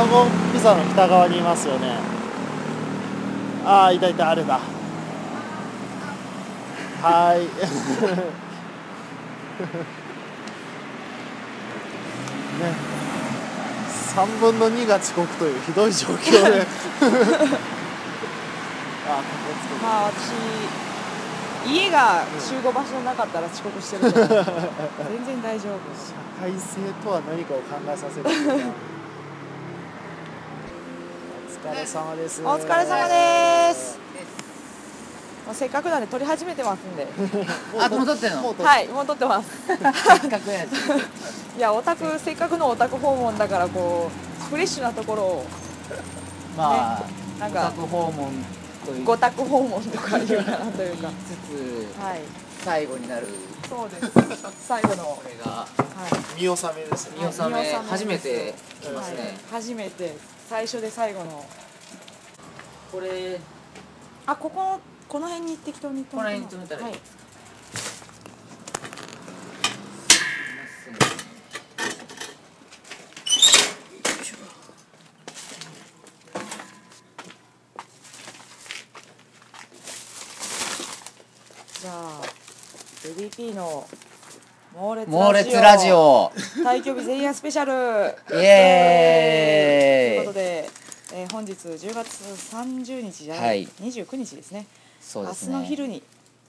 座の北側にいますよねああいたいたあれだはーい ね3分の2が遅刻というひどい状況で ああまあ私家が集合場所なかったら遅刻してるから 全然大丈夫体制とは何かを考えさせるみたいなお疲れ様ですお疲れ様ですもうせっかくなんで撮り始めてますん であ戻ってん のもうとはいもう撮ってますせっかくやしいやオタクせっかくのオタク訪問だからこうフレッシュなところをまあ、なんお宅か訪問と言いご宅訪問とか言うかなというかつはいつ最後になるそうです最後のはこれいが見納めですね見納見納めめです初めて来まはすいね、初めて最初で最後のこれあこここの辺に適当にこの辺に止めたらいいはじゃあベビーピーの猛烈猛烈ラジオ対局日前夜スペシャルイエーといイうことで、えー、本日10月30日じゃない、はい29日ですねそうです明日のね昼に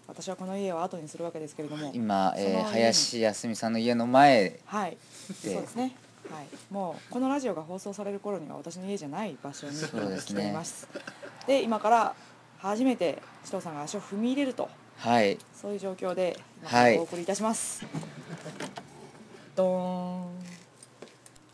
私はこの家を後にするわけですけれども今、そのえ家ー、に林康美さんの家の前はいそうでですねはいもうこのラジオが放送される頃には私の家じゃない場所にそうです来ねていますで今から初めて首藤さんが足を踏み入れるとはいそういう状況で、はいお送りいたします。ドーン。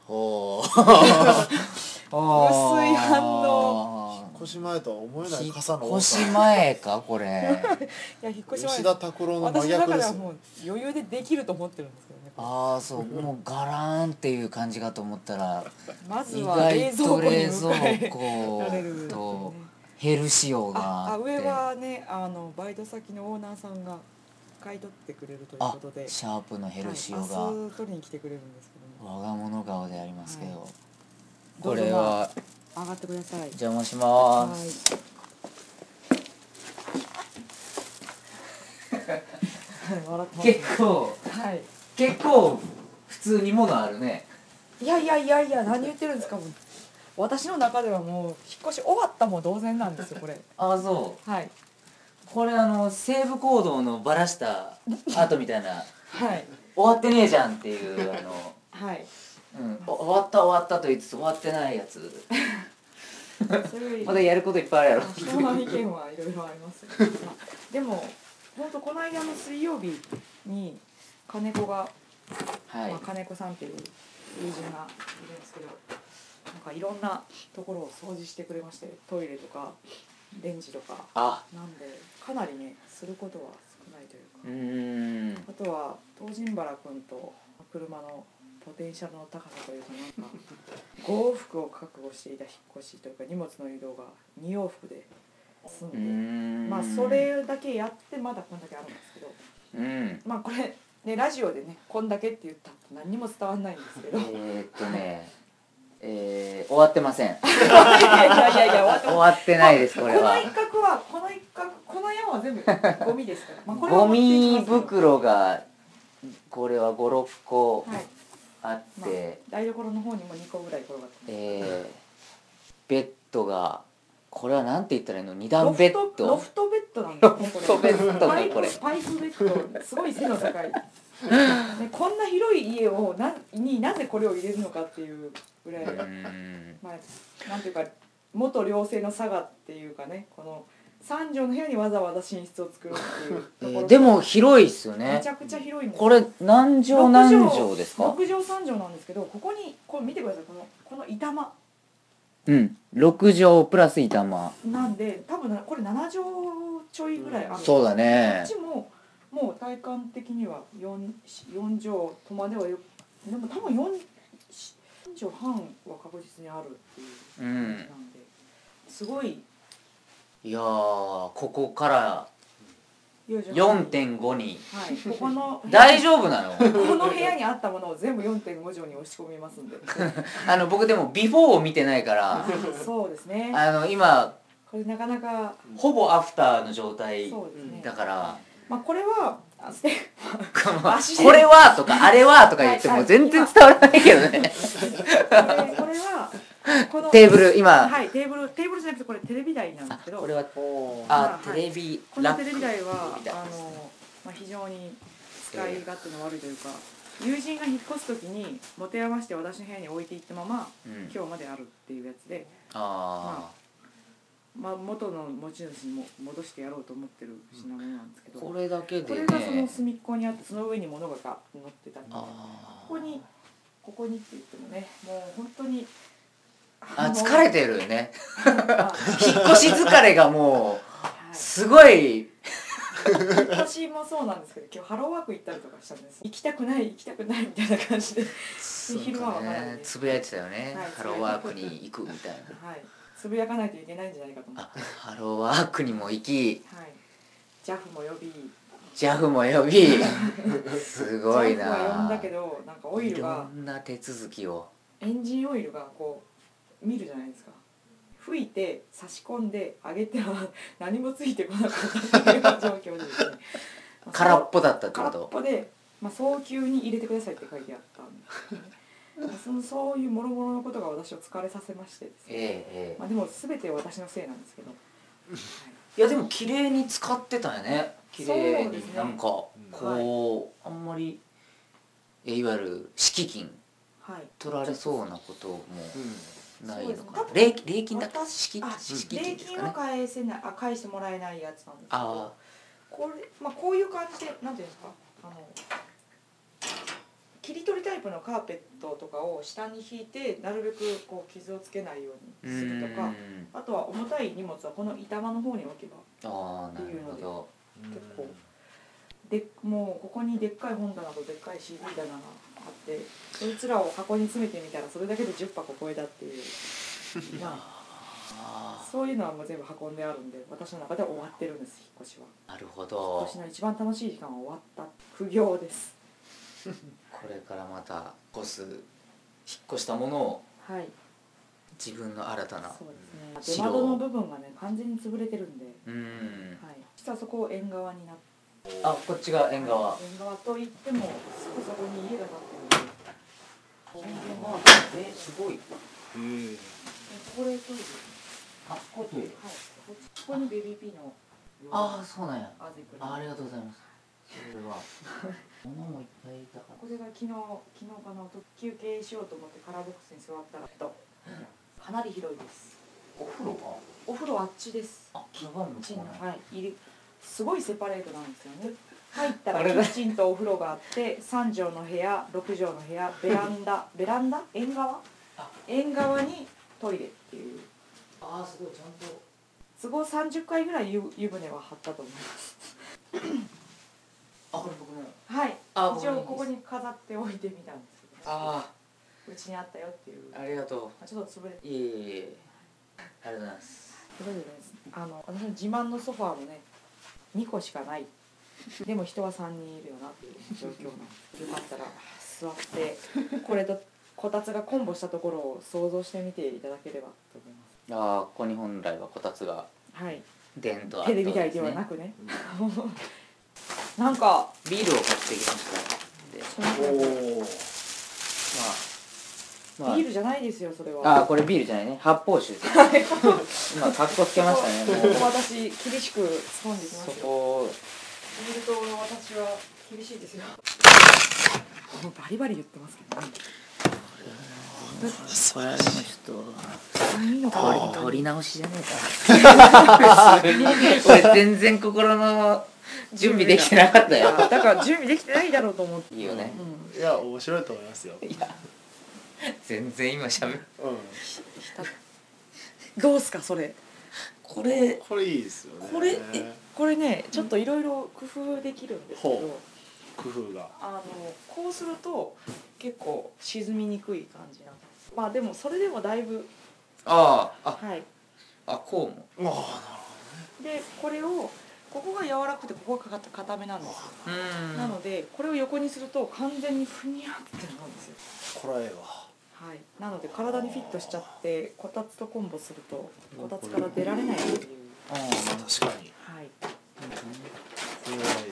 おー 薄い反応腰前とは思えない引っ傘の多越さし前かこれいや引っ越吉し前田拓郎の真私の逆中でですはよもう余裕でできると思ってるんですけどね。ああそうもうガラーンっていう感じかと思ったらまず意は外冷蔵と庫に冷向蔵かえ庫られるとヘルシオがあああって上はねあのバイト先のオーナーさんが買い取ってくれるというあことで、シャープのヘルシオがはい、明日取りに来てくれるんですけども、我が物顔でありますけど、はいこれは上がってください。邪魔しま はすい。笑ってますね結構はい。結構普通にものあるねいやいやいやいや何言ってるんですかもう私の中ではもう引っ越し終わったも同然なんですよこれああそうはいこれあの西武行動のバラした後みたいなはい終わってねえじゃんっていうあの、はい うん、お終わった終わったと言いつつ終わってないやつそれよりまだやることいっぱいあるやろ人の意見はいろいろありますよねまあでも本当この間の水曜日に金子が、はいまあ、金子さんっていう友人がいるんですけどなんかいろんなところを掃除してくれましてトイレとかレンジとかあなんでかなりねすることは少ないというかうーんあとは東神原君と車のポテンシャルの高さというかなんか5往復を覚悟していた引っ越しというか荷物の移動が2往復で済うーんで、んまあそれだけやってまだこんだけあるんですけどうんまあこれねラジオでねこんだけって言ったら何にも伝わんないんですけ どいえー、っとねえー、終わってま せんやいやいや終わって終もわってないですこれこのは一角はこの一角この山は全部ゴミですから、まあ、これはゴ持っていミきますけど袋がこれは56個はいあって、まあ台所の方にも2個ぐらい転がってえー、ベッドがこれはなんて言ったらいいの二ロ段ベフットロドフトベッドなんだよねこれロフトベッドパねイプこれパイプベッドすごい背の高 い、ね、こんな広い家をなになぜこれを入れるのかっていうぐらい、うーんまあ、なんていうか元寮生の佐賀っていうかねこの3畳の部屋にわざわざ寝室を作るっていうとこえろ、ーでも広いっすよめねちゃくちゃ広いんですこれ何畳何畳ですか6畳3畳なんですけどここにこれ見てくださいこのこの板間うん6畳プラス板間なんで多分なこれ7畳ちょいぐらいあるんですよそうだこねっちももう体感的には 4, 4畳とまではよでも多分 4, 4畳半は確実にあるっていうう感じなんんで、すごいいやーここから4.5 4.5にはいここの大丈夫なのこの部屋にあったものを全部4.5畳に押し込みますん であの僕でもビフォーを見てないから そうですねあの今これなかなかほぼアフターの状態そうですねだからまあこれはあステ足でこれはとかあれはとか言っても全然伝わらないけどねこれこれはこの テーブル今はいテーブルテーブルじゃなくてこれテレビ台なんですけどこれはおーあはいテレビこのラッテレクビ台はテレビ台あの、まあ、非常に使い勝手の悪いというか、友人が引っ越す時に持て余して私の部屋に置いていったままうん今日まであるっていうやつで、あまあ、元の持ち主にも戻してやろうと思ってる品物なんですけーど、ここれだけでれねがその隅っこにあってその上に物がガッて乗ってたんでこあーこにここにって言ってもねもう本当にあの疲れてるよねあ引っ越し疲れがもはういすごい私もそうなんですけど今日ハローワーク行ったりとかしたんです行きたくない行きたくないみたいな感じで、はそう昼間かはまだねねつぶやいてたよねはい、ハローワークに行くみたいないつぶやかないといけないんじゃないかと思って、あ ハローワークにも行きはい、JAF も呼び JAF も呼び すごい JAF は呼んなだけどなんかオイいルろがんな手続きをエンジンオイルがこう見るじゃないですか吹いて差し込んで上げては 何もついてこなかったっていうような状況でですね空っぽだったって空こっとぽで、まあ、早急に入れてくださいって書いてあったんでそのそういうもろもろのことが私を疲れさせましてですね、えええまあ、でも全て私のせいなんですけど、えいやでも綺麗に使ってたよね綺麗そうですにねなんかこうあんまりいやいわゆる敷金はいはい、取られそうなこともないのかなそうですね礼礼金だっけ私敷あ敷金礼です金かはね返せないあ返してもらえないやつなんですけどあこれ、まあ、こういう感じでなんていうんですかあの切り取りタイプのカーペットとかを下に引いてなるべくこう傷をつけないようあうにするとーかんあとは重たい荷物はこの板間の方に置けばああなるほど結構でもうここにでっかい本棚とでっかい CD 棚があってそいつらを箱に詰めてみたらそれだけで10箱超えたっていう まああそういうのはもう全部運んであるんで私の中では終わってるんです引っ越しはあなるほ今ど年の一番楽しい時間は終わった苦行ですこれからまた越す引っ越したものをはい自分の新たなそうですね出白窓の部分がね完全に潰れてるんで、うーんはい、実はそこを縁側になってあこっちが縁側縁側といってもすぐそこに家が建ってるんでえすごいうんこれそうですあこういうはい、ここにベビーピーのああそうなんやアゼクああれりがとうございますそれは 物もいっぱいいたかこれが昨日昨日かなと休憩しようと思ってカラーボックスに座ったらとかなり広いですらお風呂はお風呂あっちですあキッバンのキッチンのこはい入りすごいセパレートなんですよね入ったあらキれだッチンとお風呂があって3畳の部屋6畳の部屋ベラン ダベランダ縁側あ縁側にトイレっていうああすごいちゃんと都合30回ぐらい湯湯船は張ったと思いますあこれ僕のはいあ一応ここに飾っておいてみたんですけどあうちにあったよっていうあありがとちょっと潰れういえいえいえありがとうございます潰れてないですあの私の自慢のソファーもね2個しかないでも人は3人いるよなっていう状況なんですよかったら座ってこれとこたつがコンボしたところを想像してみていただければと思いまああここに本来はこたつがすはい伝とあテレビ台ではなく ねなんかビールを買ってきましたそうなんだおまあ、まあ、ビールじゃないですよそれああはこれビールじゃないね発泡酒です ね今かっこつけましたねこもうこ私厳しく突っ込んでいきまそすよこビール党の私は厳しい ですよもうバリバリ言ってますけどねそれはでもちょっといいのかな取り取り直しじゃねえか 俺全然心の準備できてなかったよいやだから準備できてないだろうと思っていいよねうんいや面白いと思いますよ全然今しゃべうんどうすかそれこれこれいいですよねこれこれねちょっといろいろ工夫できるんですけほど工夫があのこうすると結構沈みにくい感じなんですまあでもそれでもだいぶああはいああこうもあでこれをここが柔らかくてここがかかった固めなんですよ、うんなのでこれを横にすると完全にふにゃってなるんですよこらええわはい、なので体にフィットしちゃってこたつとコンボするとこたつから出られないっていう、あー確かにはい、これはえ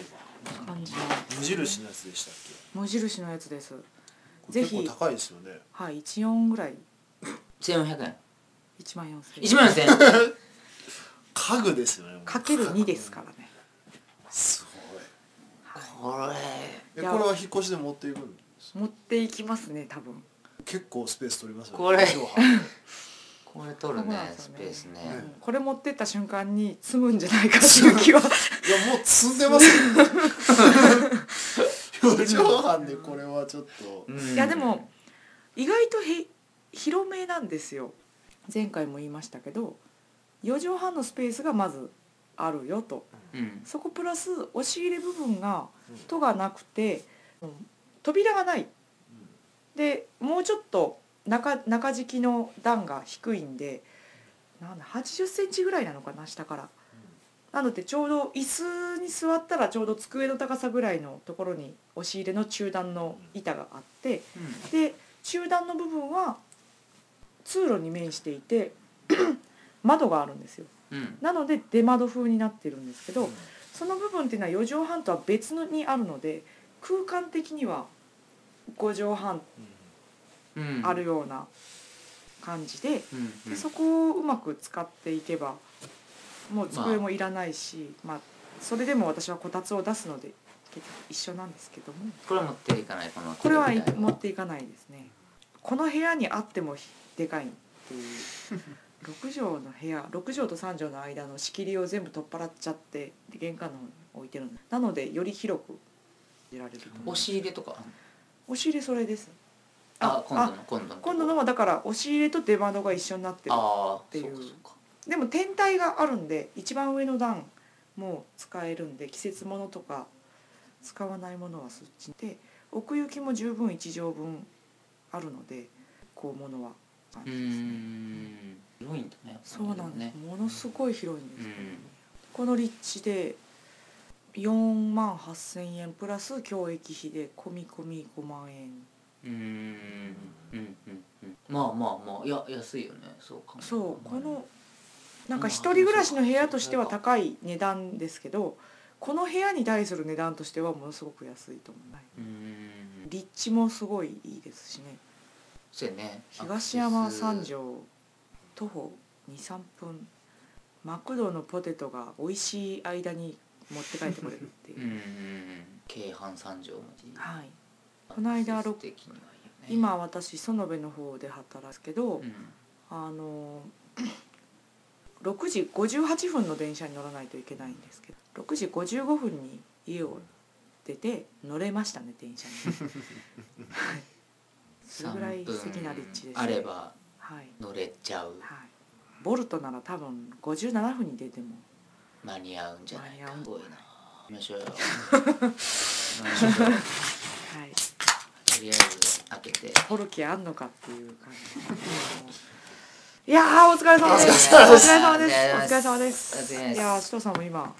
えわ感じの無印のやつでしたっ無印のやつですけぜひ結構高いですよねはい14ぐらい1400円1万4000 1万4000円家具ですよねかける2ですからねすごいこれいえやこれは引っ越しで持っていくんです持っていきますね多分結構スペース取りますよねこれ移動販売これ取るそうねなんですスよペねースねうんこれ持ってった瞬間に積むんじゃないかっていう気はいやもう積んでますよ、ね、4畳半でこれはちょっとうんいやでも意外とへ広めなんですよ前回も言いましたけど4畳半のスペースがまずあるよとうんそこプラス押し入れ部分がうん戸がなくて、うん扉がないでもうちょっと中中敷きの段が低いんでなんだ8 0センチぐらいなのかな下から。なのでちょうど椅子に座ったらちょうど机の高さぐらいのところに押し入れの中段の板があってで中段の部分は通路に面していて 窓があるんですようんなので出窓風になってるんですけうんどその部分っていうのは4畳半とは別のにあるので空間的には5畳半うんあるような感じで,、うんうでんそこをうまく使っていけばもう机もいらないし、まあそれでも私はこたつを出すので結局一緒なんですけどもこれは持っていかないこのこれはみたいな持っていかないですねこの部屋にあってもでかいっていう 6畳の部屋6畳と3畳の間の仕切りを全部取っ払っちゃってで玄関の方に置いてるんでなのでより広く出られると押し入れとか押し入れそれですああ今度の今度の今度のはだから押し入れと出窓が一緒になってるああていうそうかでも天体があるんで一番上の段も使えるんで季節物とか使わないものはそっちで奥行きも十分1畳分あるのでこうものはそうかうーん広いんだねそうなんです、ねものすごい広いんです、うんこの立地で4万8,000円プラス教育費で込み込み5万円うーんうんうんうんまあまあまあいや安いよねそうかそうこのなんうかん一人暮らしの部屋としては高い値段ですけどこの部屋に対する値段としてはものすごく安いと思う、はいうーん立地もすごいいいですしねそうやね東山三条条徒歩23分マクドのポテトが美味しい間に持って帰ってこれるっていう うんうんうん京阪三条まではいこの間季節的にはいいよね今私園部の方で働くけど、うんあの6時58分の電車に乗らないといけないんですけど6時55分に家を出て乗れましたね電 車にはいそれぐらい素敵な立地です、 3分あればはい、乗れちゃうはい、ボルトなら多分57分に出ても間に合うんじゃな間いにか合うんすじごゃいないな行きましょうよ行きましょうよはいとりあえず開けてポルキあんのかっていう感じいやーお疲れ様ですおお疲疲れれ様様でですすお疲れ様ですお疲れ様ですいやー首藤さんも今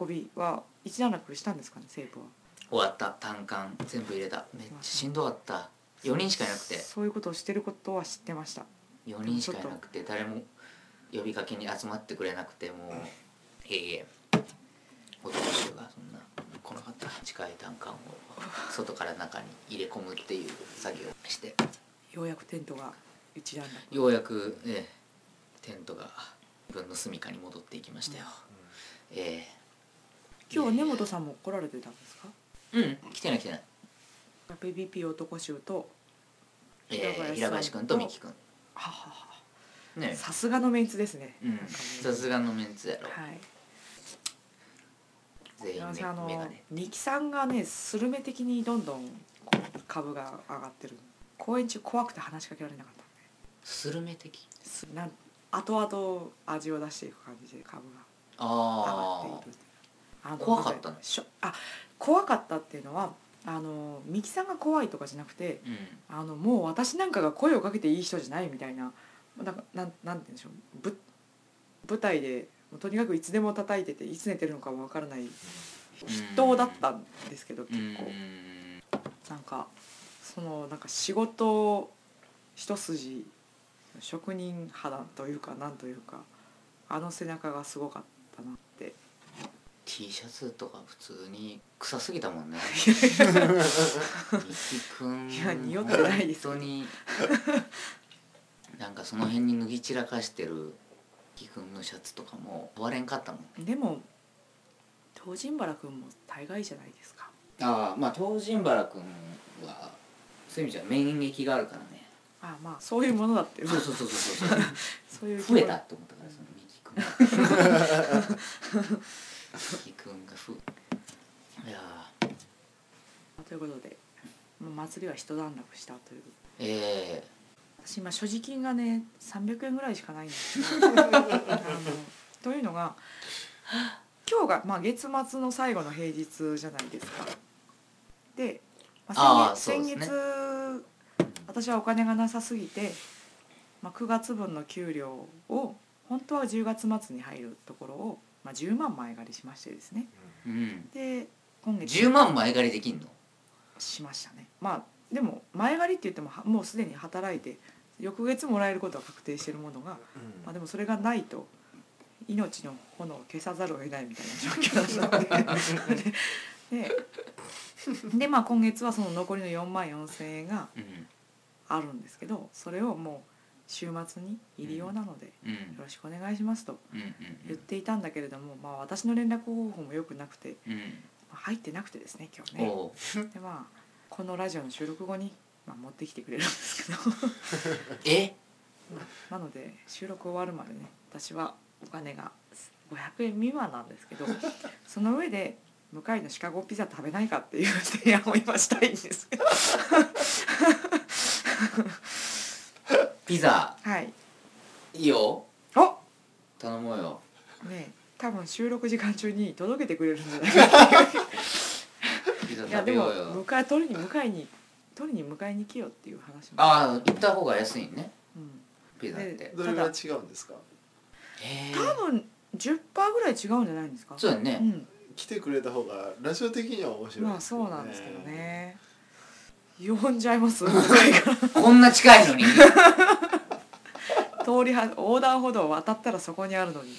運びは一段落したんですかねセーブは終わった単管全部入れためっちゃしんどかった4人しかいなくてそういうことをしてることは知ってました4人しかいなくて誰も呼びかけに集まってくれなくてもうええ男衆がそんな来なかった近い単管を外から中に入れ込むっていう作業をしてようやくテントが一段落ようやく、ええテントが自分の住処に戻っていきましたよ、ええ今日は根本さんも来られてたんですかうん来てない来てない PVP 男衆とえ平林さえん平林君と美樹君はははねさすがのメンツですね、うなんんかねさすがのメンツやろはい全員私メあのメガネ二木さんがねスルメ的にどんどんこう株が上がってる公演中怖くて話しかけられなかったんスルメ的ですなん後々味を出していく感じで株が上があっているあの怖かったのなんしょあ怖かったっていうのはあの三木さんが怖いとかじゃなくてあうんあのもう私なんかが声をかけていい人じゃないみたいななんかなんなんて言うんでしょうぶ舞台でもうとにかくいつでも叩いてていつ寝てるのかもわからない筆頭だったんですけどう結構んなんかそのなんか仕事一筋職人肌というかなんというかあの背中がすごかったなって T シャツとか普通に臭すぎたも んね西くんいや匂ってないです本当になんかその辺に脱ぎ散らかしてる西くんのシャツとかも割れんかったもんでも東神原君も大概じゃないですかああまあ東神原くんはそういう意味じゃ免疫があるからねあまあそういうものだってそうそうそうそうそうそう いう増えたって思ったからそのミキ君 ミキ君が増えいやーということでもう祭りは一段落したというえ私今所持金がね300円ぐらいしかないん ですけどあのというのが今日が、まあ、月末の最後の平日じゃないですか。で、まああー先月そうです先月私はお金がなさすぎて、まあ、9月分の給料を本当は10月末に入るところを、まあ、10万前借りしましてですねーうんで今月10万前借りできんのしましたねまあでも前借りって言ってもはもうすでに働いて翌月もらえることは確定してるものが、まあ、でもそれがないと命の炎を消さざるを得ないみたいな状況だったのででででまあ今月はその残りの4万4,000円がうんあるんですけどそれをもう週末に入り用なのでようんろしくお願いしますとうん言っていたんだけれども、まあ、私の連絡方法も良くなくて、うんまあ、入ってなくてですね今日うんね。おうでまあこのラジオの収録後に、まあ、持ってきてくれるんですけどえなので収録終わるまでね私はお金が500円未満なんですけど その上で向かいのシカゴピザ食べないかっていう提案を今したいんですけどピザはいいいよお頼もうよねえ多分収録時間中に届けてくれるんじゃないかピ ザいや食でべよもうよ迎え取りに迎えに取りに迎えに来ようっていう話も、ああ行った方が安いねうん、ピザってでどれが違うんですかえ多ー分10%ぐらい違うんじゃないんですかそうだうねん来てくれた方がラジオ的には面白いまあですけそどうなんですけどね。呼んじゃいます。向かいかこんな近いのにら通りは横断歩道を渡ったらそこにあるのに。うん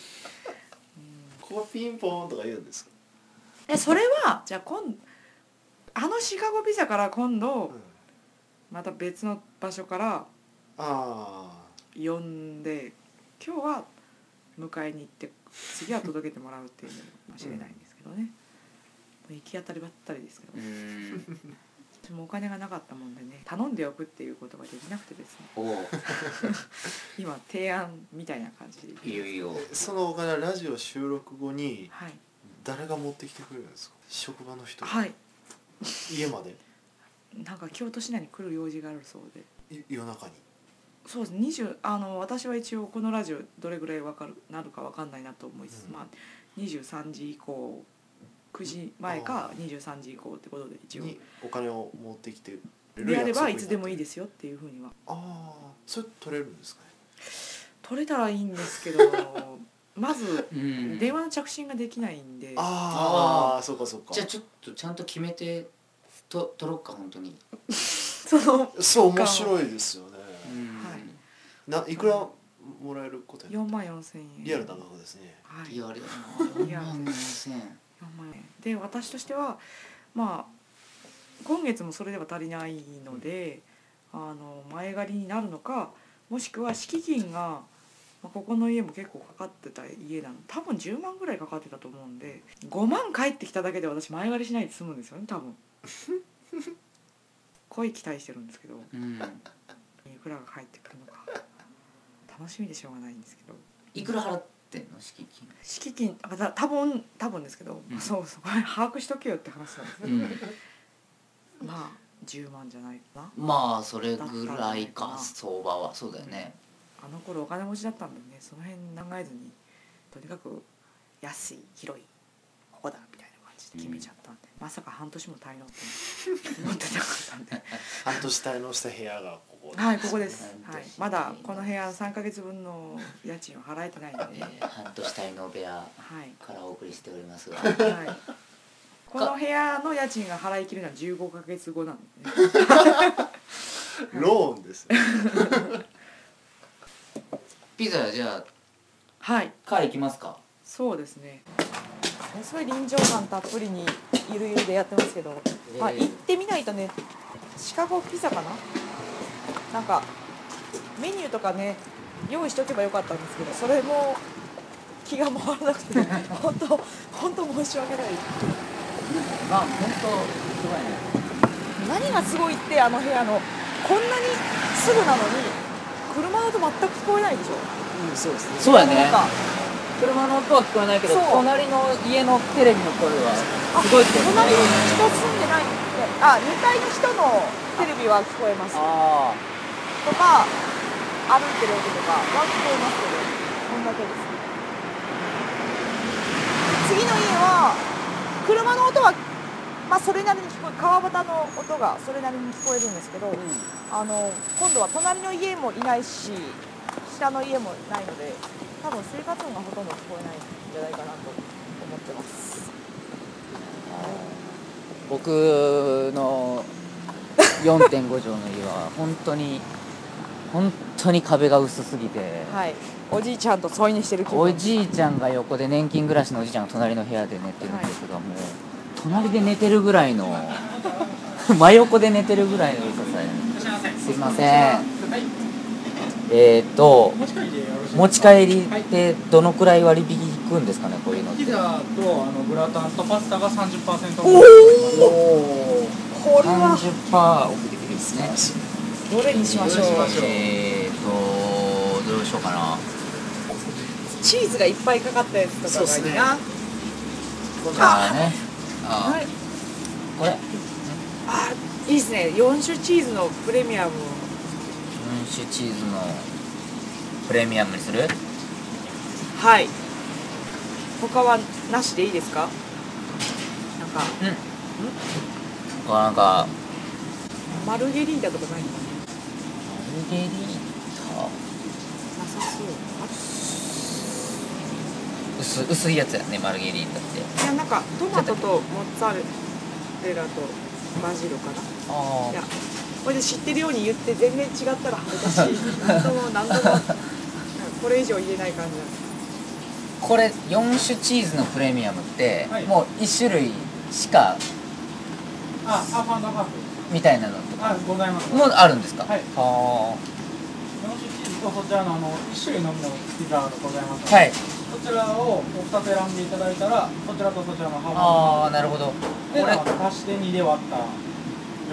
ここピンポーンとか言うんですか、えそれはじゃあ今あのシカゴピザから今う度んまた別の場所からあ呼んで今日は迎えに行って次は届けてもらうっていうのかもしれないんですけどね。行き当たりばったりですけどう、ーん私もお金がなかったもんでね頼んでおくっていうことができなくてですねおう今提案みたいな感じでいいよいいよあそのお金はラジオ収録後にはい誰が持ってきてくれるんですか職場の人、はい家までなんか京都市内に来る用事があるそうでい夜中にそうです20あの私は一応このラジオどれぐらいわかるなるかわかんないなと思いつつ、うんまあ23時以降9時前か23時以降ってことで一応にお金を持ってきてくれるであれ約束ばにいなってつでもいいですすよっていうふうにはああそれ取れるんですかね取れたらいいんですけど まずうん電話の着信ができないんであーああそうかそうかじゃあちょっとちゃんと決めてと取ろっか本当に、そのそう面白いですよね、はいないくらもらえることに4万4千円リアルな額ですねはいリアルだリアなル4万2000 4万円で私としてはまあ今月もそれでは足りないので、あの前借りになるのかもしくは敷金が、まあ、ここの家も結構かかってた家なの多分10万ぐらいかかってたと思うんで5万返ってきただけで私前借りしないで済むんですよね 多分恋期待してるんですけどいうんくらが返ってくるのか楽しみでしょうがないんですけどいくら払ってんの敷金敷金あだ多分多分ですけど、うんそうそこは把握しとけよって話なんですけどうんまあ10万じゃないかなまあそれぐらいだったんじゃないかかな相場はそうだよねあの頃お金持ちだったんでねその辺考えずにとにかく安い広いここだみたいな感じで決めちゃったんで、まさか半年も滞納って思ってなかったんで半年滞納した部屋がこここはいここです、半はい年、まだこの部屋3ヶ月分の家賃を払えてないのえで、 はー半年滞納部屋い、からお送りしておりますがはい、この部屋の家賃が払い切るのは15ヶ月後なんで、ね、ローンですねピザじゃあはいカー行きますかそうですねすごい臨場感たっぷりにゆるゆるでやってますけど、あえ行っーてみないとねシカゴピザかななんかメニューとかね用意しとけばよかったんですけどそれも気が回らなくて本当本当申し訳ないまあ本当すごいね何がすごいってあの部屋のこんなにすぐなのに車だと全く聞こえないでしょうんそうですねそうやねなんか車の音は聞こえないけどそう隣の家のテレビの声はあすごい聞こえてる隣に人住んでないあ2階の人のテレビは聞こえますあとか歩いてる音とかは聞こえますけどこんだけです次の家は車の音はまあそれなりに聞こえ川端の音がそれなりに聞こえるんですけど、あの今度は隣の家もいないし下の家もないので多分生活音がほとんど聞こえないんじゃないかなと思ってます僕の4.5畳の家は本当に本当に壁が薄すぎて、はいおじいちゃんと添い寝してる気分おじいちゃんが横で年金暮らしのおじいちゃんが隣の部屋で寝てるんですが、もう隣で寝てるぐらいの真横で寝てるぐらいのうるささですいませんえー、っと持ち帰りってどのくらい割引引くんですかねこういうのってピザとあのグラタンとパスタが30%おオフおこれは30%オフできるんですねどれにしましょうえーとどうしようかなチーズがいっぱいかかったやつとかがいいな、あねはあいこれあいいですね4種チーズのプレミアムムンシュチーズのプレミアムにするはい他はなしでいいですかなんかこうなんかマルゲリータとかないのかなマルゲリータなさそう薄薄いやつやねマルゲリータってあいやなんかトマトとモッツァレラとバジルかなあいやこれで知ってるように言って全然違ったら恥ずかしいなんともなんともなんかこれ以上言えない感じなんですこれ4種チーズのプレミアムって、はいもう1種類しかあハーフハーフみたいなのとあございますもうあるんですかはいあ日本酒チーズとそちらのあの1種類のみのピザがございますのーで、はいそちらをお二つ選んでいただいたらそちらとそちらのハーフハああなるほどーフこでれなんか足して2で割った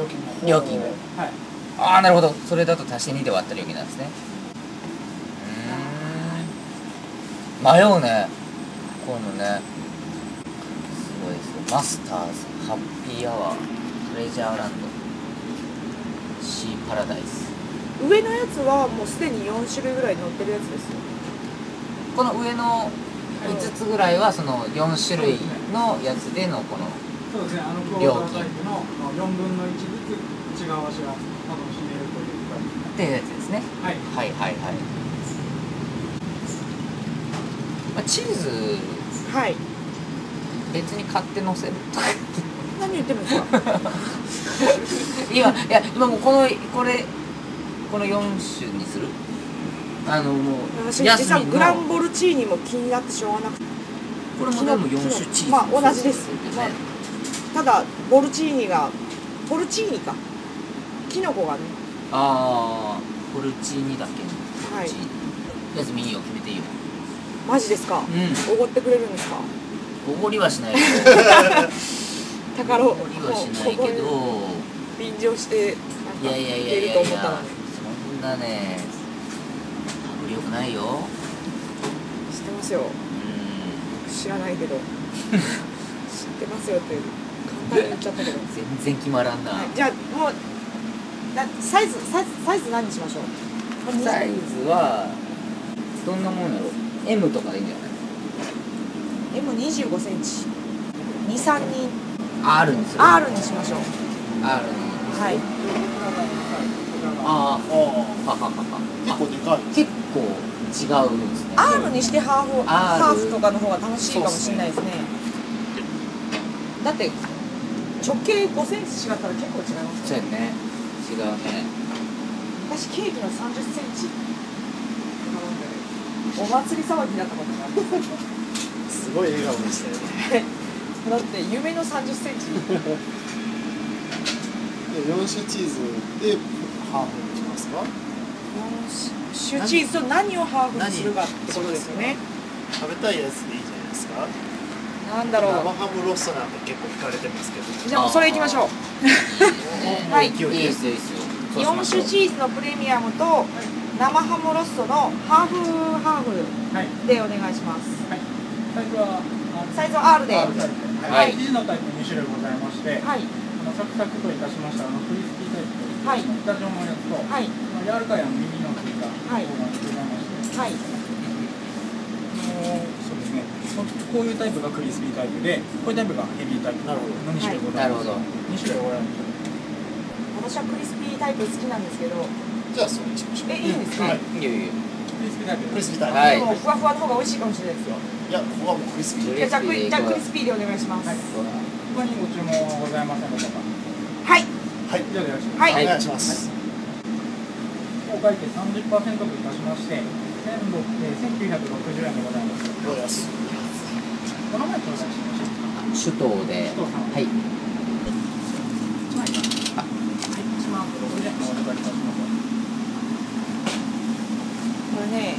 料金の方料金はいああなるほどそれだと足して2で割った料金なんですねうーん迷うねこういうのねすごいですよマスターズハッピーアワートレジャーランドシーパラダイス上のやつはもうすでに4種類ぐらい乗ってるやつですよこの上の5つぐらいはその4種類のやつでのこのそうですねあのクオータータイプの4分の1ずつ違う足が楽しめるというかっていうやつですねはいはいはいはい、まあ、チーズはい別に買ってのせる とか何言ってるんです か今いや今もうこのこれこの4種にするあのもう私休実はみのグランボルチーニも気になってしょうがなくてこれもでも4種チーズまあ同じですよねまあただボルチーニがボルチーニかキノコがねああポルチーニだっけポはルいチーニ、とりあえず右を決めていいよマジですかうおごってくれるんですかんおごりはしないけど 宝をおごりはしないこけどこに便乗していなんやかいやいいやけいるやとい思ったやのにそんなね羽振りよくないよ知ってますようん知らないけ ど知ってますよって簡単に言っちゃったけど全然決まらんな、はいじゃあもうなサイズサイズサイズ何にしましょうサイズはどんなもんやろ M とかでいいんじゃない M25 センチ23人 R にする R にしましょう R にはいこちらがああああはははいこちらががはは結構でかいです結構違うんですね R にしてハーフ R ハーフとかの方が楽しいかもしれないですねだって直径5センチ違ったら結構違いますそうねやね違うね私ケーキの30センチお祭り騒ぎになったことがあるすごい笑顔でしたよね だって夢の30センチで 4C チーズでハーフにしますかシューチーズと何をハーフにするかってことですよね食べたいやつでいいじゃないですかなんだ生ろハムロストなんて結構惹かれてますけどうじゃあもうそれいきましょう はい勢いいいでですよいいですよそうイしオまンしシょうューチーズのプレミアムと生ハムロストのハーフハーはいフでお願いしますタイプはあのサイズは R では R タイプではい生地のタイプ2種類ございまして、いあのサクサクといたしましたあのクリスピータイプとはい板状のやつと、はいまあ柔らかいあの耳のついた方がいございまして、はいあのそうですねこういうタイプがクリスピータイプでこういうタイプがヘビータイプなるほどの2種類ござないるまほす、ど2種類ございます私はクリスピータイプ好きなんですけどじゃあそれにしましょうえいいんですかはいいいよいいよクリスピータイプクリスピータイプ、はいでもふわふわの方が美味しいかもしれないですよいやここはもうクリスピーいやじゃあクリじゃあクリスピーでお願いしますはい他にご注文はございませんでしょうかはいはい以上でよろしいですかはい、お願いします、お会計30%といたしまして、1600えー1960円でございます。どうですこの前とお願いしました。首都で首都さんはい1枚あ、1万60円お願いいたします。これね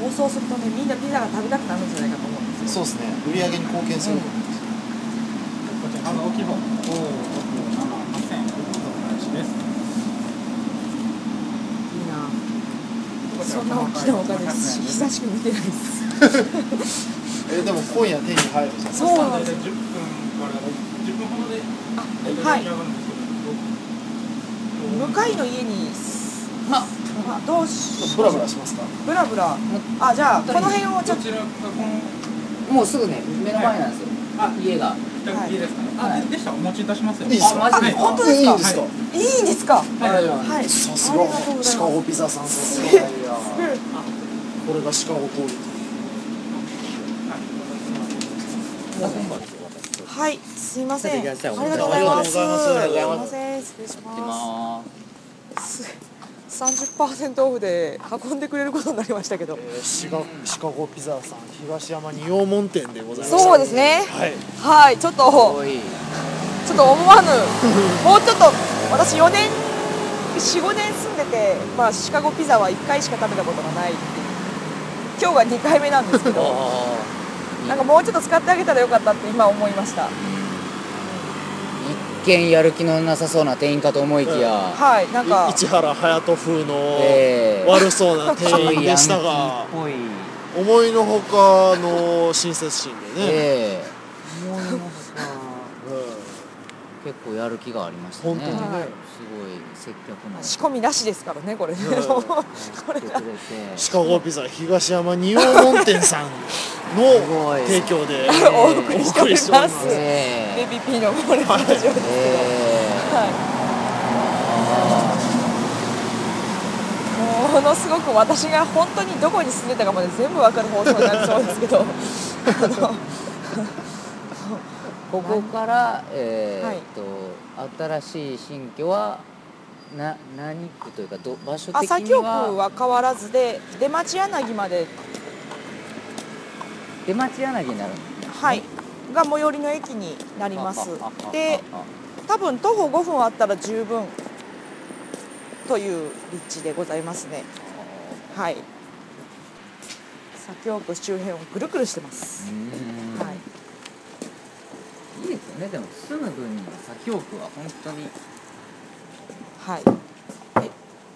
放送するとねみんなピザが食べたくなるんじゃないかと思うんですよそうですね売り上げに貢献すると思います、こちら、大規模、5、6、7、8000円、お返しです。いいなこちらそんな大きなお金久しく見てないですえでも今夜手に入るじゃんそうなん大で体す10分から10分ほどで、あは大体い出来上がるんですけど、どう向かいの家にまああどうしブラブラしますかブラブラあじゃあこの辺をちょどっとちらがこのもうすぐね目の前なんですよあ家がいいですかね。はあい、ででしたらお持ちいたしますよ。いいですかあマジではい本当ですいかいですか、はいいんですかはいははいさすありがとうごがざシいカまゴピザさんさすがだよすうんこれがシカゴ通りはいすいませんありがとうご当にざいますすいありがとうございまますせん失礼し行ってまます30%オフで運んでくれることになりましたけどえーシガシカゴピザさん東山二葉門店でございますそうですねはいはいちょっすとごいちょっと思わぬもうちょっと私4年45年住んでて、まあ、シカゴピザは1回しか食べたことがないっていう今日が2回目なんですけどあなんかもうちょっと使ってあげたらよかったって今思いました一見やる気のなさそうな店員かと思いきや、はいなんか市原隼人風えのー悪そうな店員でしたヤンがキーっぽい思いのほかの親切心でね、えもう今のさー結構やる気がありましたね本当にね、はいすごい接客も仕込みなしですからねこれね、うん これやって がくれてシカゴピザ東山二葉門店さんのすごい提供で えーお送りしておお送りますりしておりまえ ABP のモレスタジオでー、えはいものすごく私が本当にどこに住んでたかまで全部わかる放送になりそうですけどあのー、ここからえー、っと、新しい新居はな何区というかど場所的朝に京区はは変わらずで出町柳まで出町柳になるんではいが最寄りの駅になりますあああでああ多分徒歩5分あったら十分という立地でございますねはい左京区周辺をぐるぐるしてます、うんはい、いいですよねでも住む分には左京区は本当にはい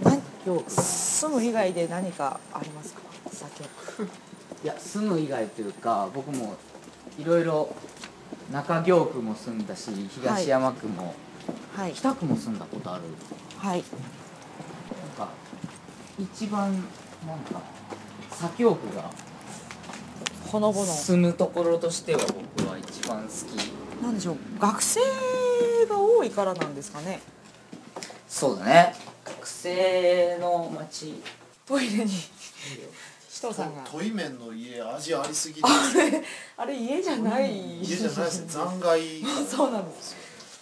左京区が住む以外で何かありますか左京区いや住む以外というか僕もいろいろ中京区も住んだし東山区も、はい北区も住んだことあるはいなんか一番なんか左京区がほのぼの住むところとしては僕は一番好きなんでしょう学生が多いからなんですかねそうだね学生の街トイレに人さん がトイメンの家味ありすぎてあれ家じゃない家じゃないですね残骸そうなんです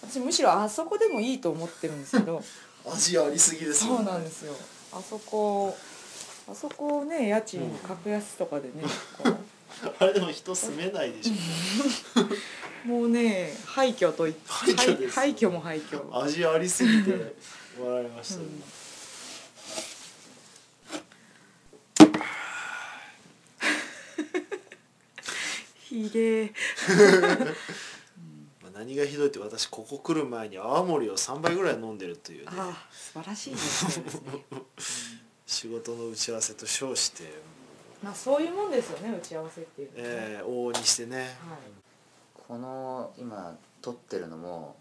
私むしろあそこでもいいと思ってるんですけど味ありすぎですよそねうなんですよあそこあそこをね家賃格安とかでね、こあれでも人住めないでしうもうね廃墟とい廃墟です廃墟も廃墟ょ味ありすぎて笑いましたね、ひでえまあ何がひどいって私ここ来る前に泡盛を3杯ぐらい飲んでるというねああ素晴らしいですね仕事の打ち合わせと称して、まあそういうもんですよね打ち合わせっていうのはね、えー往々にしてねはいこの今撮ってるのも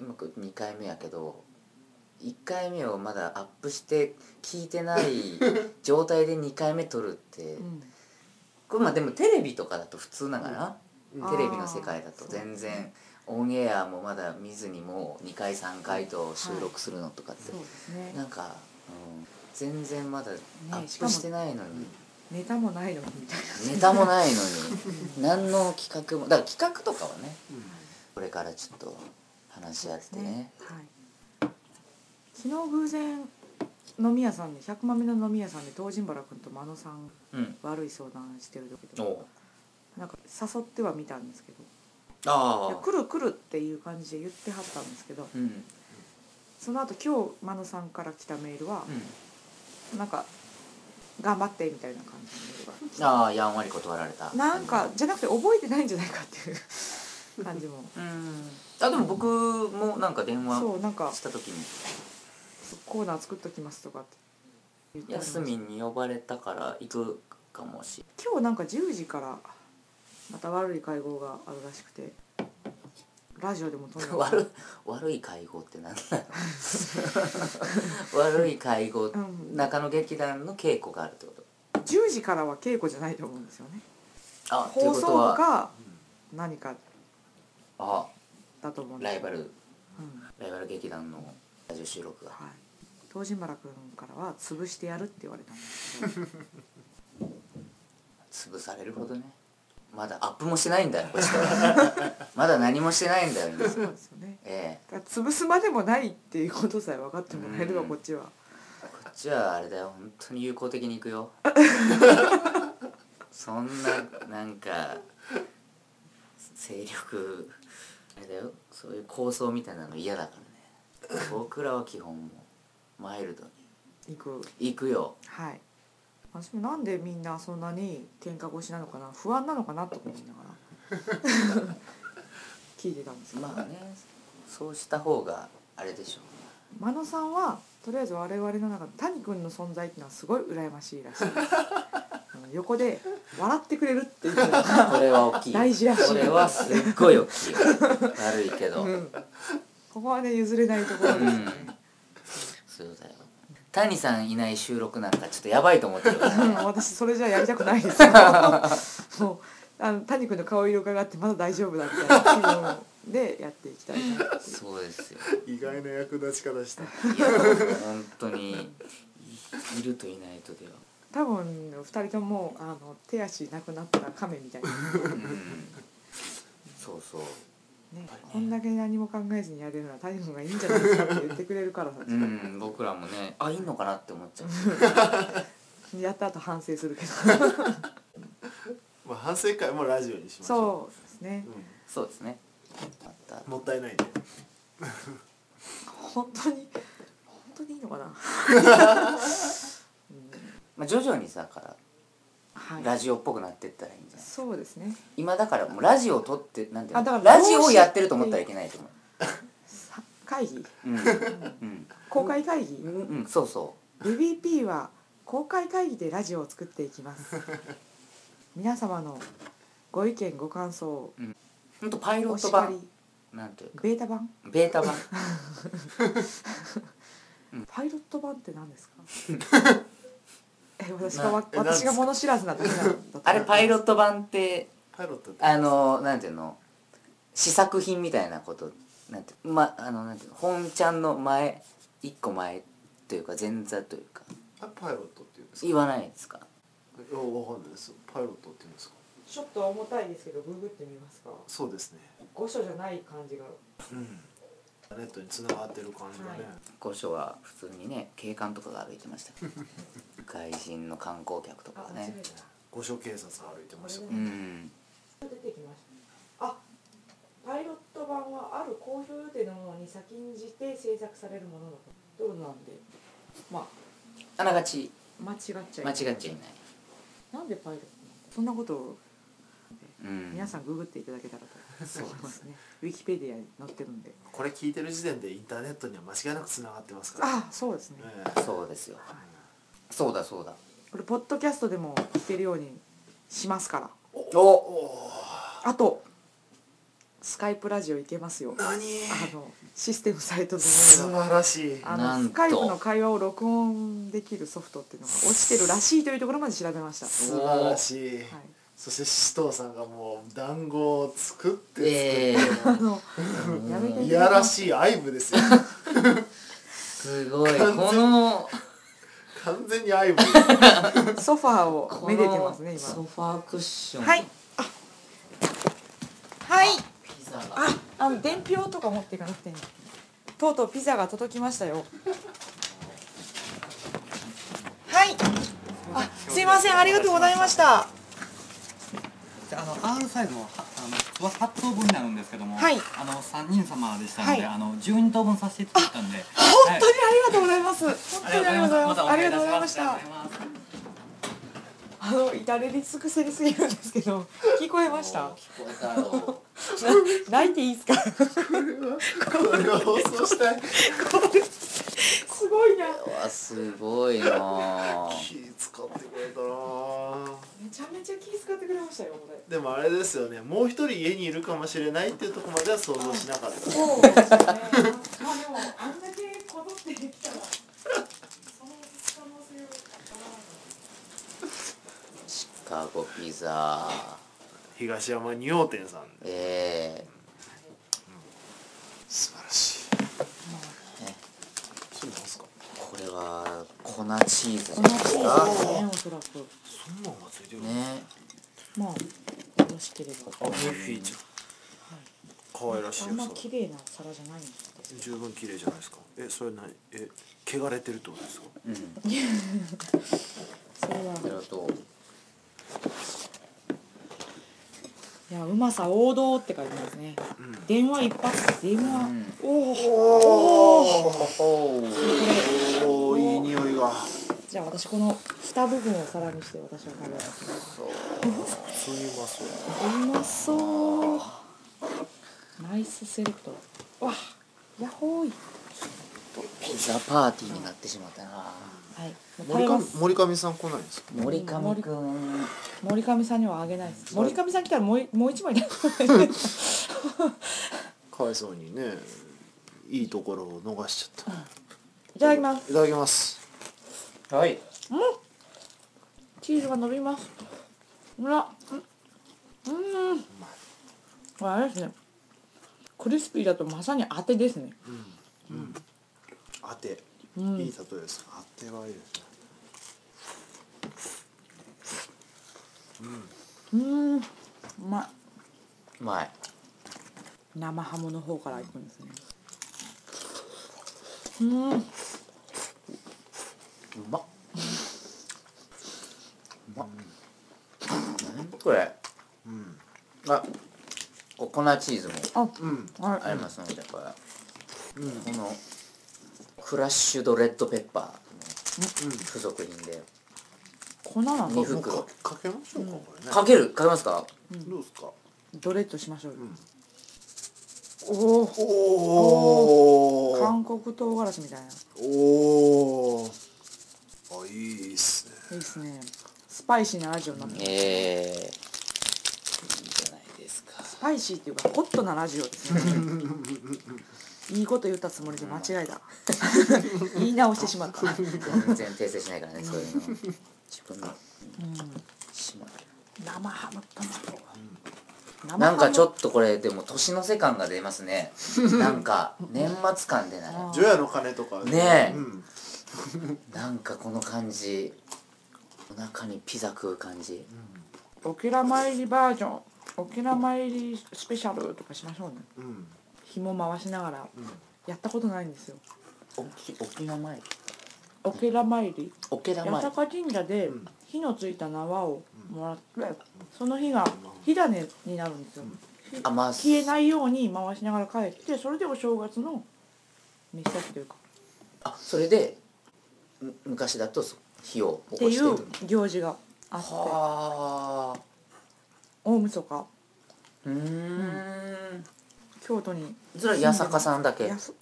うまく2回目やけど1回目をまだアップして聞いてない状態で2回目撮るってうんこれまあでもテレビとかだと普通ながら、うんテレビの世界だあとー全然オンエアもまだ見ずにもう2回3回と収録するのとかって、そうですねなんか、うん全然まだアねしッかプもしてないのに、ネタもないのにネタもないのに何の企画もだから企画とかはねこれからちょっと話し合ってねはい、昨日偶然飲み屋さんで百豆の飲み屋さんで東神原君と真野さんうん悪い相談してる時おうなんか誘ってはみたんですけどいやああ来る来るっていう感じで言ってはったんですけどうんうんその後今日真野さんから来たメールは、なんか「頑張って」みたいな感じのメールがああやんわり断られたなんかじゃなくて覚えてないんじゃないかっていう感じもうんあでも僕もなんか電話そうなんかした時にコーナー作っときますとかって言ってはりました休みに呼ばれたから行くかもし今日なんか10時からまた悪い会合があるらしくてラジオでもとんれでなもい悪い悪い会合って何な の悪い会合うん、中野劇団の稽古があるってこと10時からは稽古じゃないと思うんですよねあという放こと送部はか何かあだと思うんですライよバルうんライバル劇団のラジオ収録がはい、東島原君からは「潰してやる」って言われたんですけど潰されるほどねまだアップもしてないんだよこっちはまだ何もしてないんだよ皆さんそうですよねえだから潰すまでもないっていうことさえ分かってもらえればうんこっちはえこっちはあれだよ本当に友好的にいくよそんななんか勢力あれだよそういう構想みたいなの嫌だからね僕らは基本もうマイルドに行く行くよはい私もなんでみんなそんなに喧嘩腰なのかな不安なのかなとか思いながら 聞いてたんですけど、まあねそうした方があれでしょ真野さんはとりあえず我々の中で谷君の存在っていうのはすごい羨ましいらしいですあの横で笑ってくれるっていうの がうこれは大きい大事らしいこれはすっごい大きいよ悪いけど、うんここはね譲れないところです ね、そうだよ谷さんいない収録なんかちょっとやばいと思ってるからうんね私それじゃやりたくない ですもうあの谷君の顔色伺ってまだ大丈夫だみたいな気分でやっていきたいなっていうそうですよ意外な役立ち方したいや本当にいいるといないとでは、多分2人ともあの手足なくなった亀みたいな、 うん、そうそうね、こんだけ何も考えずにやれるのは谷君がいいんじゃないですかって言ってくれるからさ、うん僕らもねあいいのかなって思っちゃうやった後反省するけど まあ反省会もラジオにしましょそうですねう、そうですねまたうんもったいないね本当に本当にいいのかな、 うんまあ、徐々にさだからはラい、ジオっぽくなってったらいいんじゃないそうですね今だからもうラジオを撮ってなんていうあだかのらラジオをやってると思ったらいけないと思うさ会議うんうん公開会議、うん、うん、そうそう UBP は公開会議でラジオを作っていきます 皆様のご意見ご感想ほんとパイロおット叱版りなんていうかベータ版ベータ版パイロット版って何 ですかえ私がわえ何です私かが物知らずなだけなんだあれパイロッット版ってパイロットってあのなんていうの試作品みたいなことなんてまあのなんていうの本ちゃんの前一個前というか前座というかあパイロットっていうんですか言わないですかいやわかんないですパイロットっていうんですかちょっと重たいですけどググってみますかそうですね御所じゃない感じがうんネットに繋がってる感じがね、は御所は普通にね警官とかが歩いてましたけど外人の観光客とかあが間違ねえた御所警察歩いてましたこかうらん出てきましたあパイロット版はある公表予定のものに先んじて制作されるものだとどうなんでまああながち間違っちゃい間違っちゃいないなんでパイロットなのそんなことをうん皆さんググっていただけたらと 思いますね、ウィキペディアに載ってるんでこれ聞いてる時点でインターネットには間違いなく繋がってますからあそうですねねそうですよはいそうだそうだこれポッドキャストでも聞けるようにしますからおおーあとスカイプラジオいけますよあ何のシステムサイトの素晴らしいあなのんスとカイプの会話を録音できるソフトっていうのが落ちてるらしいというところまで調べました、は素晴らしい、い、そして紫藤さんがもう団子を作って作って、えあのやめていいやらいしい愛部ですよすごい完全この完全に愛部ですソファーをこめでてますねのソ今ファークッションはいはいピザがああの伝票とか持っていかなくていいのとうとうピザが届きましたよはいあすいませんありがとうございましたあの R サイズのはあのは8等分になるんですけども、はいあの3人様でしたので、はいあの12等分させていただいたんで本当にありがとうございます本当にありがとうございますありがとうございましたあの至れり尽くせりすぎるんですけど聞こえました聞こえたよ泣いていいですかこれは放送したいすごいなうわすごいなあ気使ってくれたなあめちゃめちゃ気遣ってくれましたよこれでもあれですよねもう一人家にいるかもしれないっていうところまでは想像しなかったそうですねまあでもあんだけこぞってきたらその可能性をシカゴピザ東山二王店さんでえ素晴らしいえねそうなんすかこれは粉チーズじゃないですですかねおそらくそんなんがついてるねまあよろしければあメッフィーちゃん可愛らしいあよんまそ綺麗なお皿じゃないんれで十分綺麗じゃないですかえそれ何え汚れてるってことですかうんそれはそれといやうまさ王道って書いてますねうん電話一発電う話、んおおおおうーおーいい匂いがじゃあ私この蓋部分を皿にして私は食べますそういうまそううまそうナイスセレクトわあやっほーいピザパーティーになってしまったなはいもう食森べま上す森上さん来ないんですか森上くん森上さんにはあげないです森上さん来たらもうもう一枚いないかわいそうにねいいところを逃しちゃったいただきますいただきますはいチーズが伸びますうわうんうんこれあれですねクリスピーだとまさに当てですね当て、うんいい例えです当てはいいですねうんうまいうまい生ハムの方からいくんですねうんうまっうまっ何これうんあこ粉チーズもうんあありますのでこれうんうんこのクラッシュドレッドペッパーの付属品で粉なの二もう袋かかけましょうか、これねかけるかけますかどうですかドレッとしましょうよ、んおおおー韓国唐辛子みたいないおおあいいっすねいですねスパイシーなラジオになってますええいいじゃないですかスパイシーっていうかホットなラジオですねいいこと言ったつ もりで間違いだ言い直してしま った、うん、全然訂正しないから ねそういうの自分のしま生ハム卵生ハムなんかちょっとこれでも年の瀬感が出ますねなんか年末感出ないあー除夜の鐘とかねえうん、なんかこの感じお腹にピザ食う感じ沖縄参りバージョン沖縄参りスペシャルとかしましょうねうん紐回しながらうんやったことないんですよ沖沖縄前沖縄参り沖縄八前坂神社でうん火のついた縄をもらってその火が火種になるんですよあまあ消えないように回しながら帰ってそれでお正月の飯炊きというかあそれでむ昔だとそ火を起ってこしいてるう行事があってはあ大晦日うーん京都にそれは八坂さんだけやす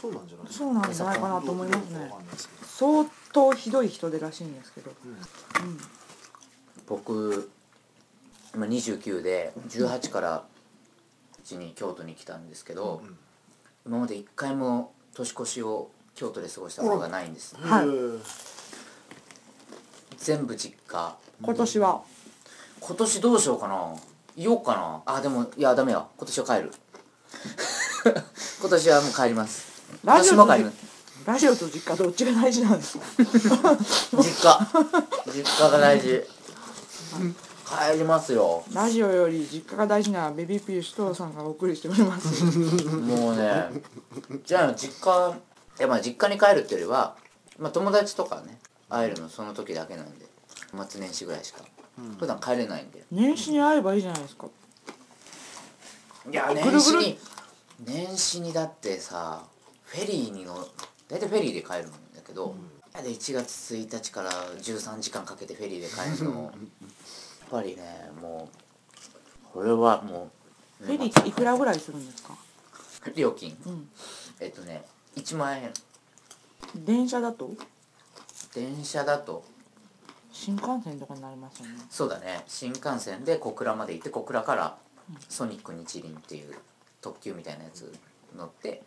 そうなんじゃないそうなんじゃないかなと思いますねわかんないですけど相当ひどい人でらしいんですけど、うんうん、僕今29で18からうちに京都に来たんですけど、うん今まで一回も年越しを京都で過ごしたことがないんですはいうん全部実家今年は今年どうしようかな言おうかなあでもいやダメや今年は 帰る今年はもう帰ります今ラジ年オもと帰りじますラジオと実家どっちが大事なんです か実家実家が大事帰りますよラジオより実家が大事なベビーピュー首藤さんがお送りしております もうねじゃあ実家いやまあ実家に帰るっていうよりは、まあ、友達とかね会えるのその時だけなんで年末年始ぐらいしか、普段帰れないんで年始に会えばいいじゃないですかいやぐる年ぐ始るに年始にだってさフェリーにの大体フェリーで帰るんだけど、で1月1日から13時間かけてフェリーで帰るのやっぱりねもうこれはもうフェリーっていくらぐらいするんですか料金うんえっとね1万円電車だと電車だと新幹線とかになりますよねそうだね新幹線で小倉まで行って小倉からソニック日輪っていう特急みたいなやつ乗って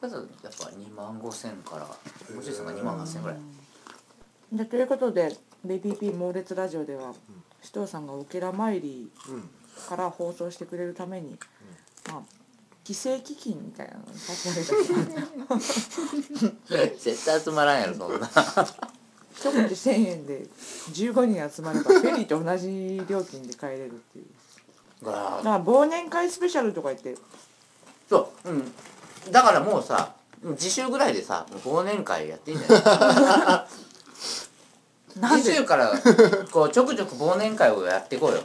ただやっぱ2万5千からおじいさんが2万8千ぐらいでということで BPP 猛烈ラジオでは首藤さんがオケラ参りうんから放送してくれるために、まあ規制基金みたいなのに立ち上げたり絶対集まらんやろそ んな一口1,000円で15人集まればフェリーと同じ料金で帰れるって いうだから忘年会スペシャルとか言ってそううんだからもうさ次週ぐらいでさもう忘年会やっていいんじゃないなん次で週からこうちょくちょく忘年会をやっていこうよ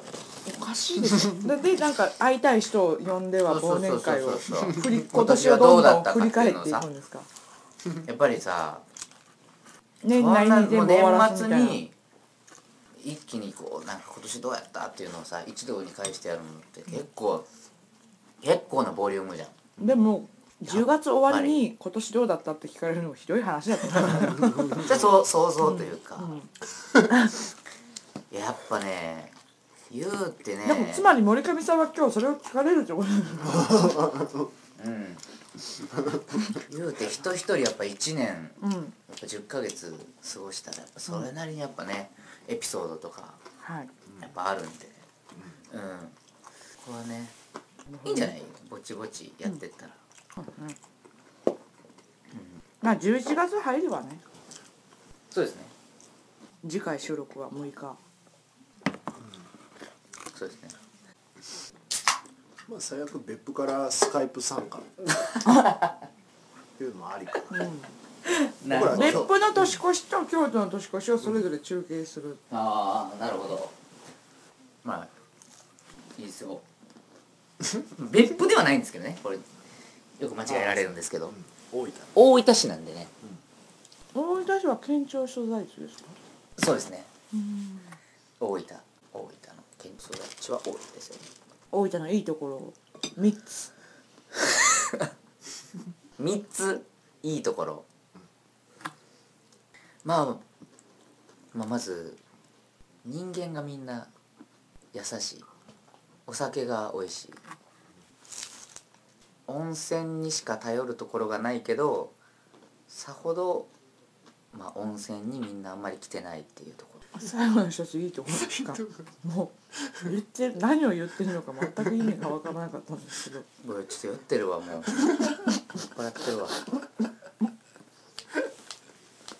おかしいですよだ でなんか会いたい人を呼んでは忘年会をそうそうそうそう振り今今年年ははどどんうどだんった振かっりて返いっうのてをいさくんですかやっぱりさ年こん内なに全も部う終わら年す末みたいなに一気にこうなんか今年どうやったっていうのをさ一度に返してやるのって結構結構なボリュームじゃんでも10月終わりに今年どうだったって聞かれるのもひどい話だと思う、じゃあそう想像というか、うやっぱね言うってねん、でもつまり森上さんは今日それを聞かれるってことなんですかうん言うて人一人やっぱ1年やっうんぱ10ヶ月過ごしたらやっぱそれなりにやっぱねエピソードとかはいやっぱあるんでうんここはねいいんじゃないぼちぼちやってったら、まあ11月入ればねそうですね次回収録は6日そうですねまあ最悪別府からスカイプ参加っていうのもありかななるほど別府の年越しと京都の年越しをそれぞれ中継するああなるほどまあいいです よ別府ではないんですけどねこれよく間違えられるんですけど大分大分市なんでね大分市は県庁所在地ですかそうですね大分大分の県庁所在地は大分ですよね大分のいいところを3つ3ついいところまあ、まあ、まず人間がみんな優しいお酒が美味しい温泉にしか頼るところがないけどさほど、まあ、温泉にみんなあんまり来てないっていうところ最後の一ついいところしかもう言ってる何を言ってるのか全く意味が分からなかったんですけど俺ちょっと酔ってるわもう酔っ払ってるわ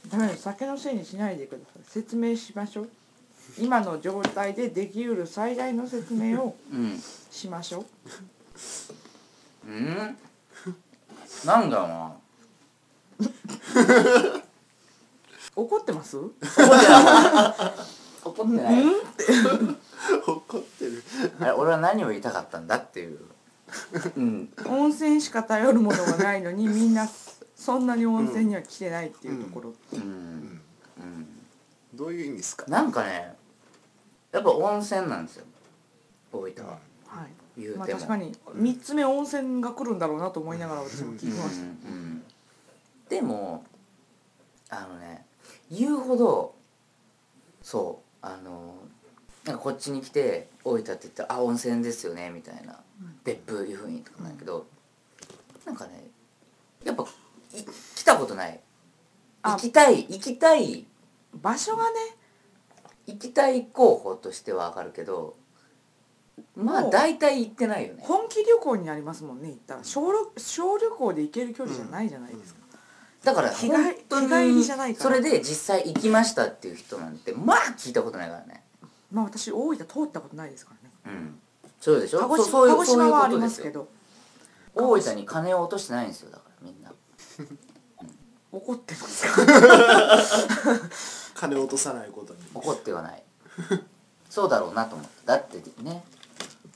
ダメよ酒のせいにしないでください説明しましょう今の状態でできうる最大の説明をうんしましょううんなんだろうな怒ってます怒ってない 怒ってるあれ俺は何を言いたかったんだって いううん温泉しか頼るものがないのにみんなそんなに温泉には来てないっていうところ、うんうんどういう意味ですかなんかねやっぱ温泉なんですよ大分ははい言うても、まあ、確かに3つ目温泉が来るんだろうなと思いながら私も聞きました、うんうんでもあのね言うほどそうあのなんかこっちに来て大分って言ったら「あ温泉ですよね」みたいな別府いうふうにとかなんだけど、なんかねやっぱい来たことないあ行きたい行きたい場所がね行きたい候補としては上がるけどまあもう大体行ってないよね本気旅行になりますもんね行ったら小旅小旅行で行ける距離じゃないじゃないですか、だから日帰本当に日帰りじゃないからそれで実際行きましたっていう人なんてまあ聞いたことないからねまあ私大分通ったことないですからねうんそうでしょ鹿児そう島そういう鹿児島はあそういりうことまですすけよど大分に金を落としてないんですよだからみんな怒ってます か金落とさないことに怒ってはない そうだろうなと思っただってね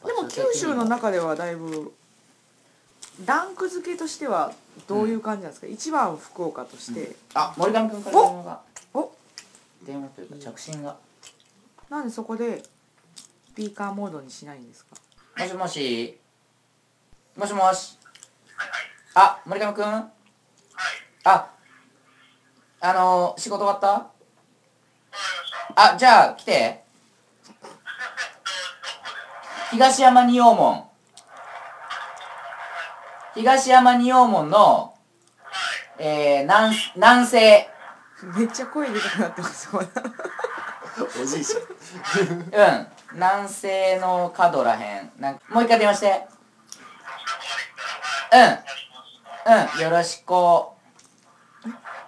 でも九州の中ではだいぶランク付けとしてはどういう感じなんですか、一番福岡として、あ森上君から電話がお電話というか着信がなんでそこでスピーカーモードにしないんですかもしもしもしもしあ森上君はいああの仕事終わった終わりましたあじゃあ来 て東山仁王門東山仁王門の、えー、南南西めっちゃ声でかくなってますよおじいちゃんうん南西の角らへんなんかもう一回電話してうんうんよろしく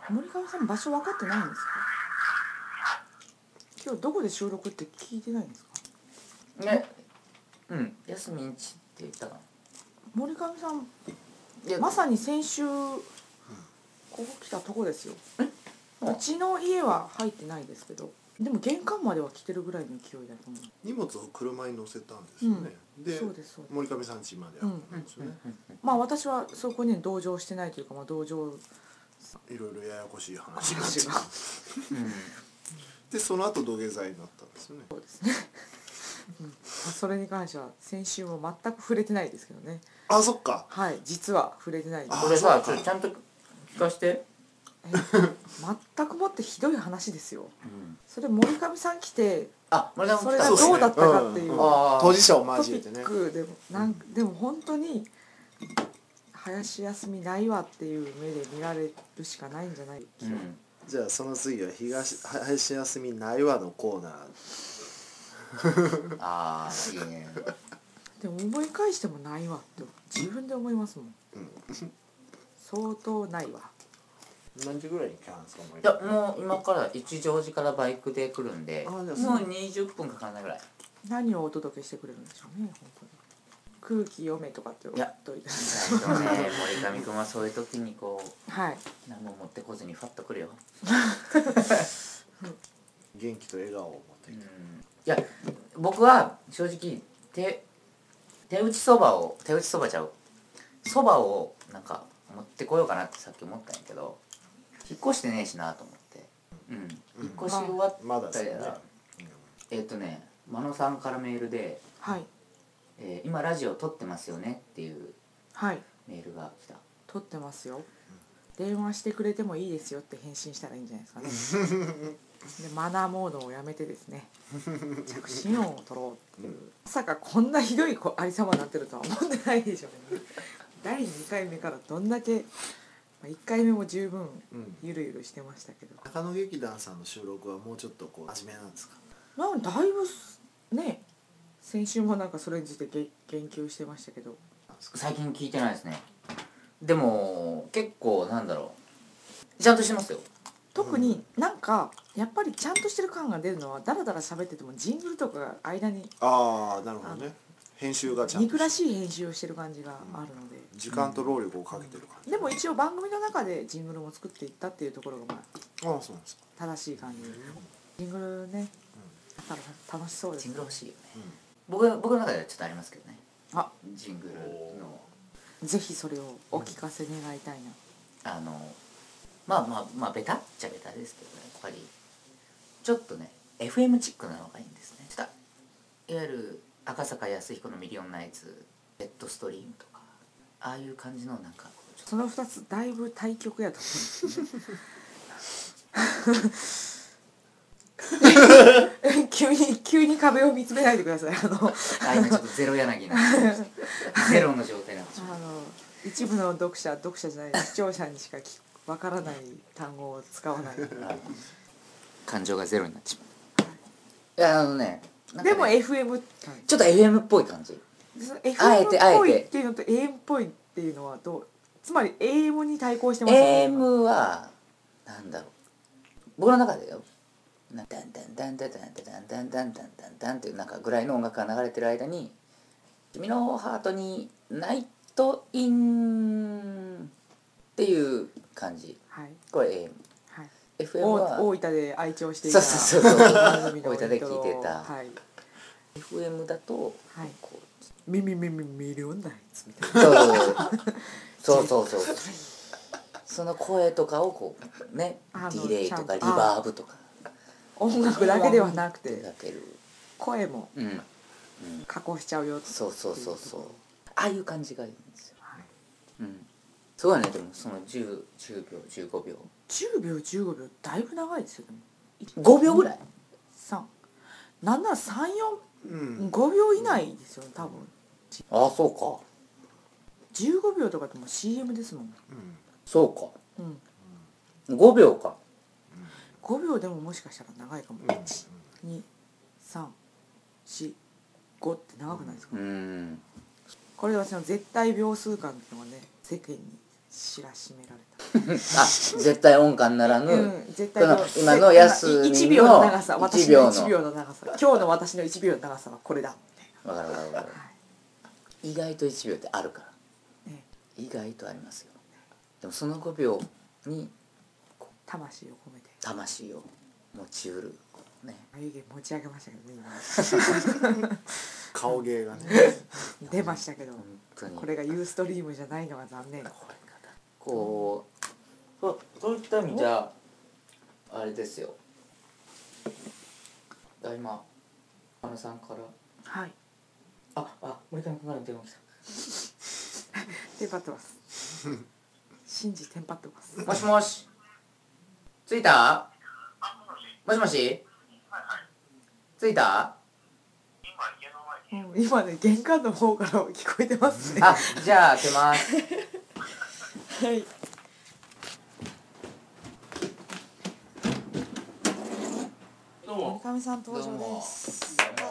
森川さん場所分かってないんですか今日どこで収録って聞いてないんですかねうん休みんちって言ったかな森上さんいやまさに先週ここ来たとこですようちの家は入ってないですけどでも玄関までは来てるぐらいの勢いだと思 荷物を車に乗せたんですよね、うでそうですそうです森上さん家まで運んだんですよね、まあ私はそこに同情してないというか、まあ、同情いろいろややこしい話になっ話てがでその後土下座になったんですよねそれに関しては先週も全く触れてないですけどねあそっかはい実は触れてないですこれさちょちゃんと聞かして全くもってひどい話ですよそれ森上さん来てあ森田それ来がたどそうだったかっていううんあー当事者をトピ交えてねックでもなんかでも本当に林休みないわっていう目で見られるしかないんじゃない、うんじゃあその次は東林休みないわのコーナーあーいいねでも思い返してもないわって自分で思いますもん、相当ないわ何時ぐらいに来たんですか森 いやもう今から一乗寺からバイクで来るんであもうじゃあそう20分かからないぐらい何をお届けしてくれるんでしょうね本当に空気読めとかって言っといてでもね森上君はそういう時にこうはい何も持ってこずにファッとくるよ元気と笑顔を持ってうんきいた、や僕は正直手手打ちそばを手打ちそばちゃうそばをなんか持ってこようかなってさっき思ったんやけど引っ越してねえしなと思ってうん引っ越し終わっまだたそうやねら、えっ、とね真野さんからメールで、はいえー今ラジオ撮ってますよね」っていうはいメールが来た撮ってますよ電話してくれてもいいですよって返信したらいいんじゃないですかねでマナーモードをやめてですね着信音を取ろううんまさかこんなひどい子ありさまになってるとは思ってないでしょうね第2回目からどんだけ、まあ、1回目も十分うんゆるゆるしてましたけど中野劇団さんの収録はもうちょっとこう真面目なんですかまあだいぶね先週もなんかそれについてげ言及してましたけど最近聞いてないですねでも結構なんだろうちゃんとしてますよ特になんかやっぱりちゃんとしてる感が出るのはだらだら喋っててもジングルとかが間にああなるほどね編集がちゃんと憎らしい編集をしてる感じがあるので、時間と労力をかけてる感じ、でも一応番組の中でジングルも作っていったっていうところがまあああそうなんですか、正しい感じジングルね多分楽しそうですジンねグル欲しいよねうん僕僕の中ではちょっとありますけどねあジングルのぜひそれをお聞かせ願いたいな、あのまあまあまあベタっちゃベタですけどやっぱりちょっとね FM チックなのがいいんですねちょっといわゆる赤坂康彦の「ミリオンナイツ」「レッドストリーム」とかああいう感じのなんかこうちょっとその2つだいぶ対極やと思う 急に急に壁を見つめないでくださいあのあ今ちょっとゼロ柳な んですゼロの状態なんですよあの一部の読者読者じゃない視聴者にしかきわからない単語を使わない感情がゼロになってしまういやあのねなんでかねも FM ちょっと FM っぽい感じそのあえ FM てあえっぽいてっていうのと AM っぽいっていうのはどうつまり AM に対抗してますよね今 AM はなんだろう僕の中でよなダンダンダンダンダンダンダンダンダンダンダンダンっていうなんかぐらいの音楽が流れてる間に「君のハートにナイトイン」っていう感じはいこれはい、 AMFM は大大分で愛聴していたそうそうそう番組の大分で聞いイてたントロをはい FM だとはいこうミミミミミリオンナイツみたいなそうそうそうそうそうその声とかをこうねデあのィレイとちかゃんリとバーブとか音楽だけではなく手てがける声もうん加工しちゃうよっていそうそうそうそうああいう感じがいいんですよ、はいうん、すごいねでもその 10, 10秒15秒10秒15秒だいぶ長いですよね5秒ぐらい3なんなら345うん、秒以内ですよね多分ああそうか15秒とかってもう CM ですもん、そううん、か5秒か5秒でももしかしたら長いかも、うん12345って長くないですか、うんこれで私の絶対秒数感っていうのがね世間に知らしめられたあ絶対音感ならぬ、うん、絶対の今の安いい1秒の長さの私の1秒の長さ今日の私の1秒の長さはこれだみたいわかるわかるわかるな、はい意外と1秒ってあるからえ意外とありますよでもその5秒に魂を込めて魂を持ちうるね眉毛持ち上げましたけどね顔芸がね 今出ましたけど本当にこれがユーストリームじゃないのが残念こうそうそういった意味じゃあれですよだ今あのさんからはいああ森上君から電話来テンパってます 信じテンパってますたもしもし着いたもしもし着いたうん今ね玄関の方から聞こえてますねあじゃあ開けますはい。どうも。森上さん登場です。どうも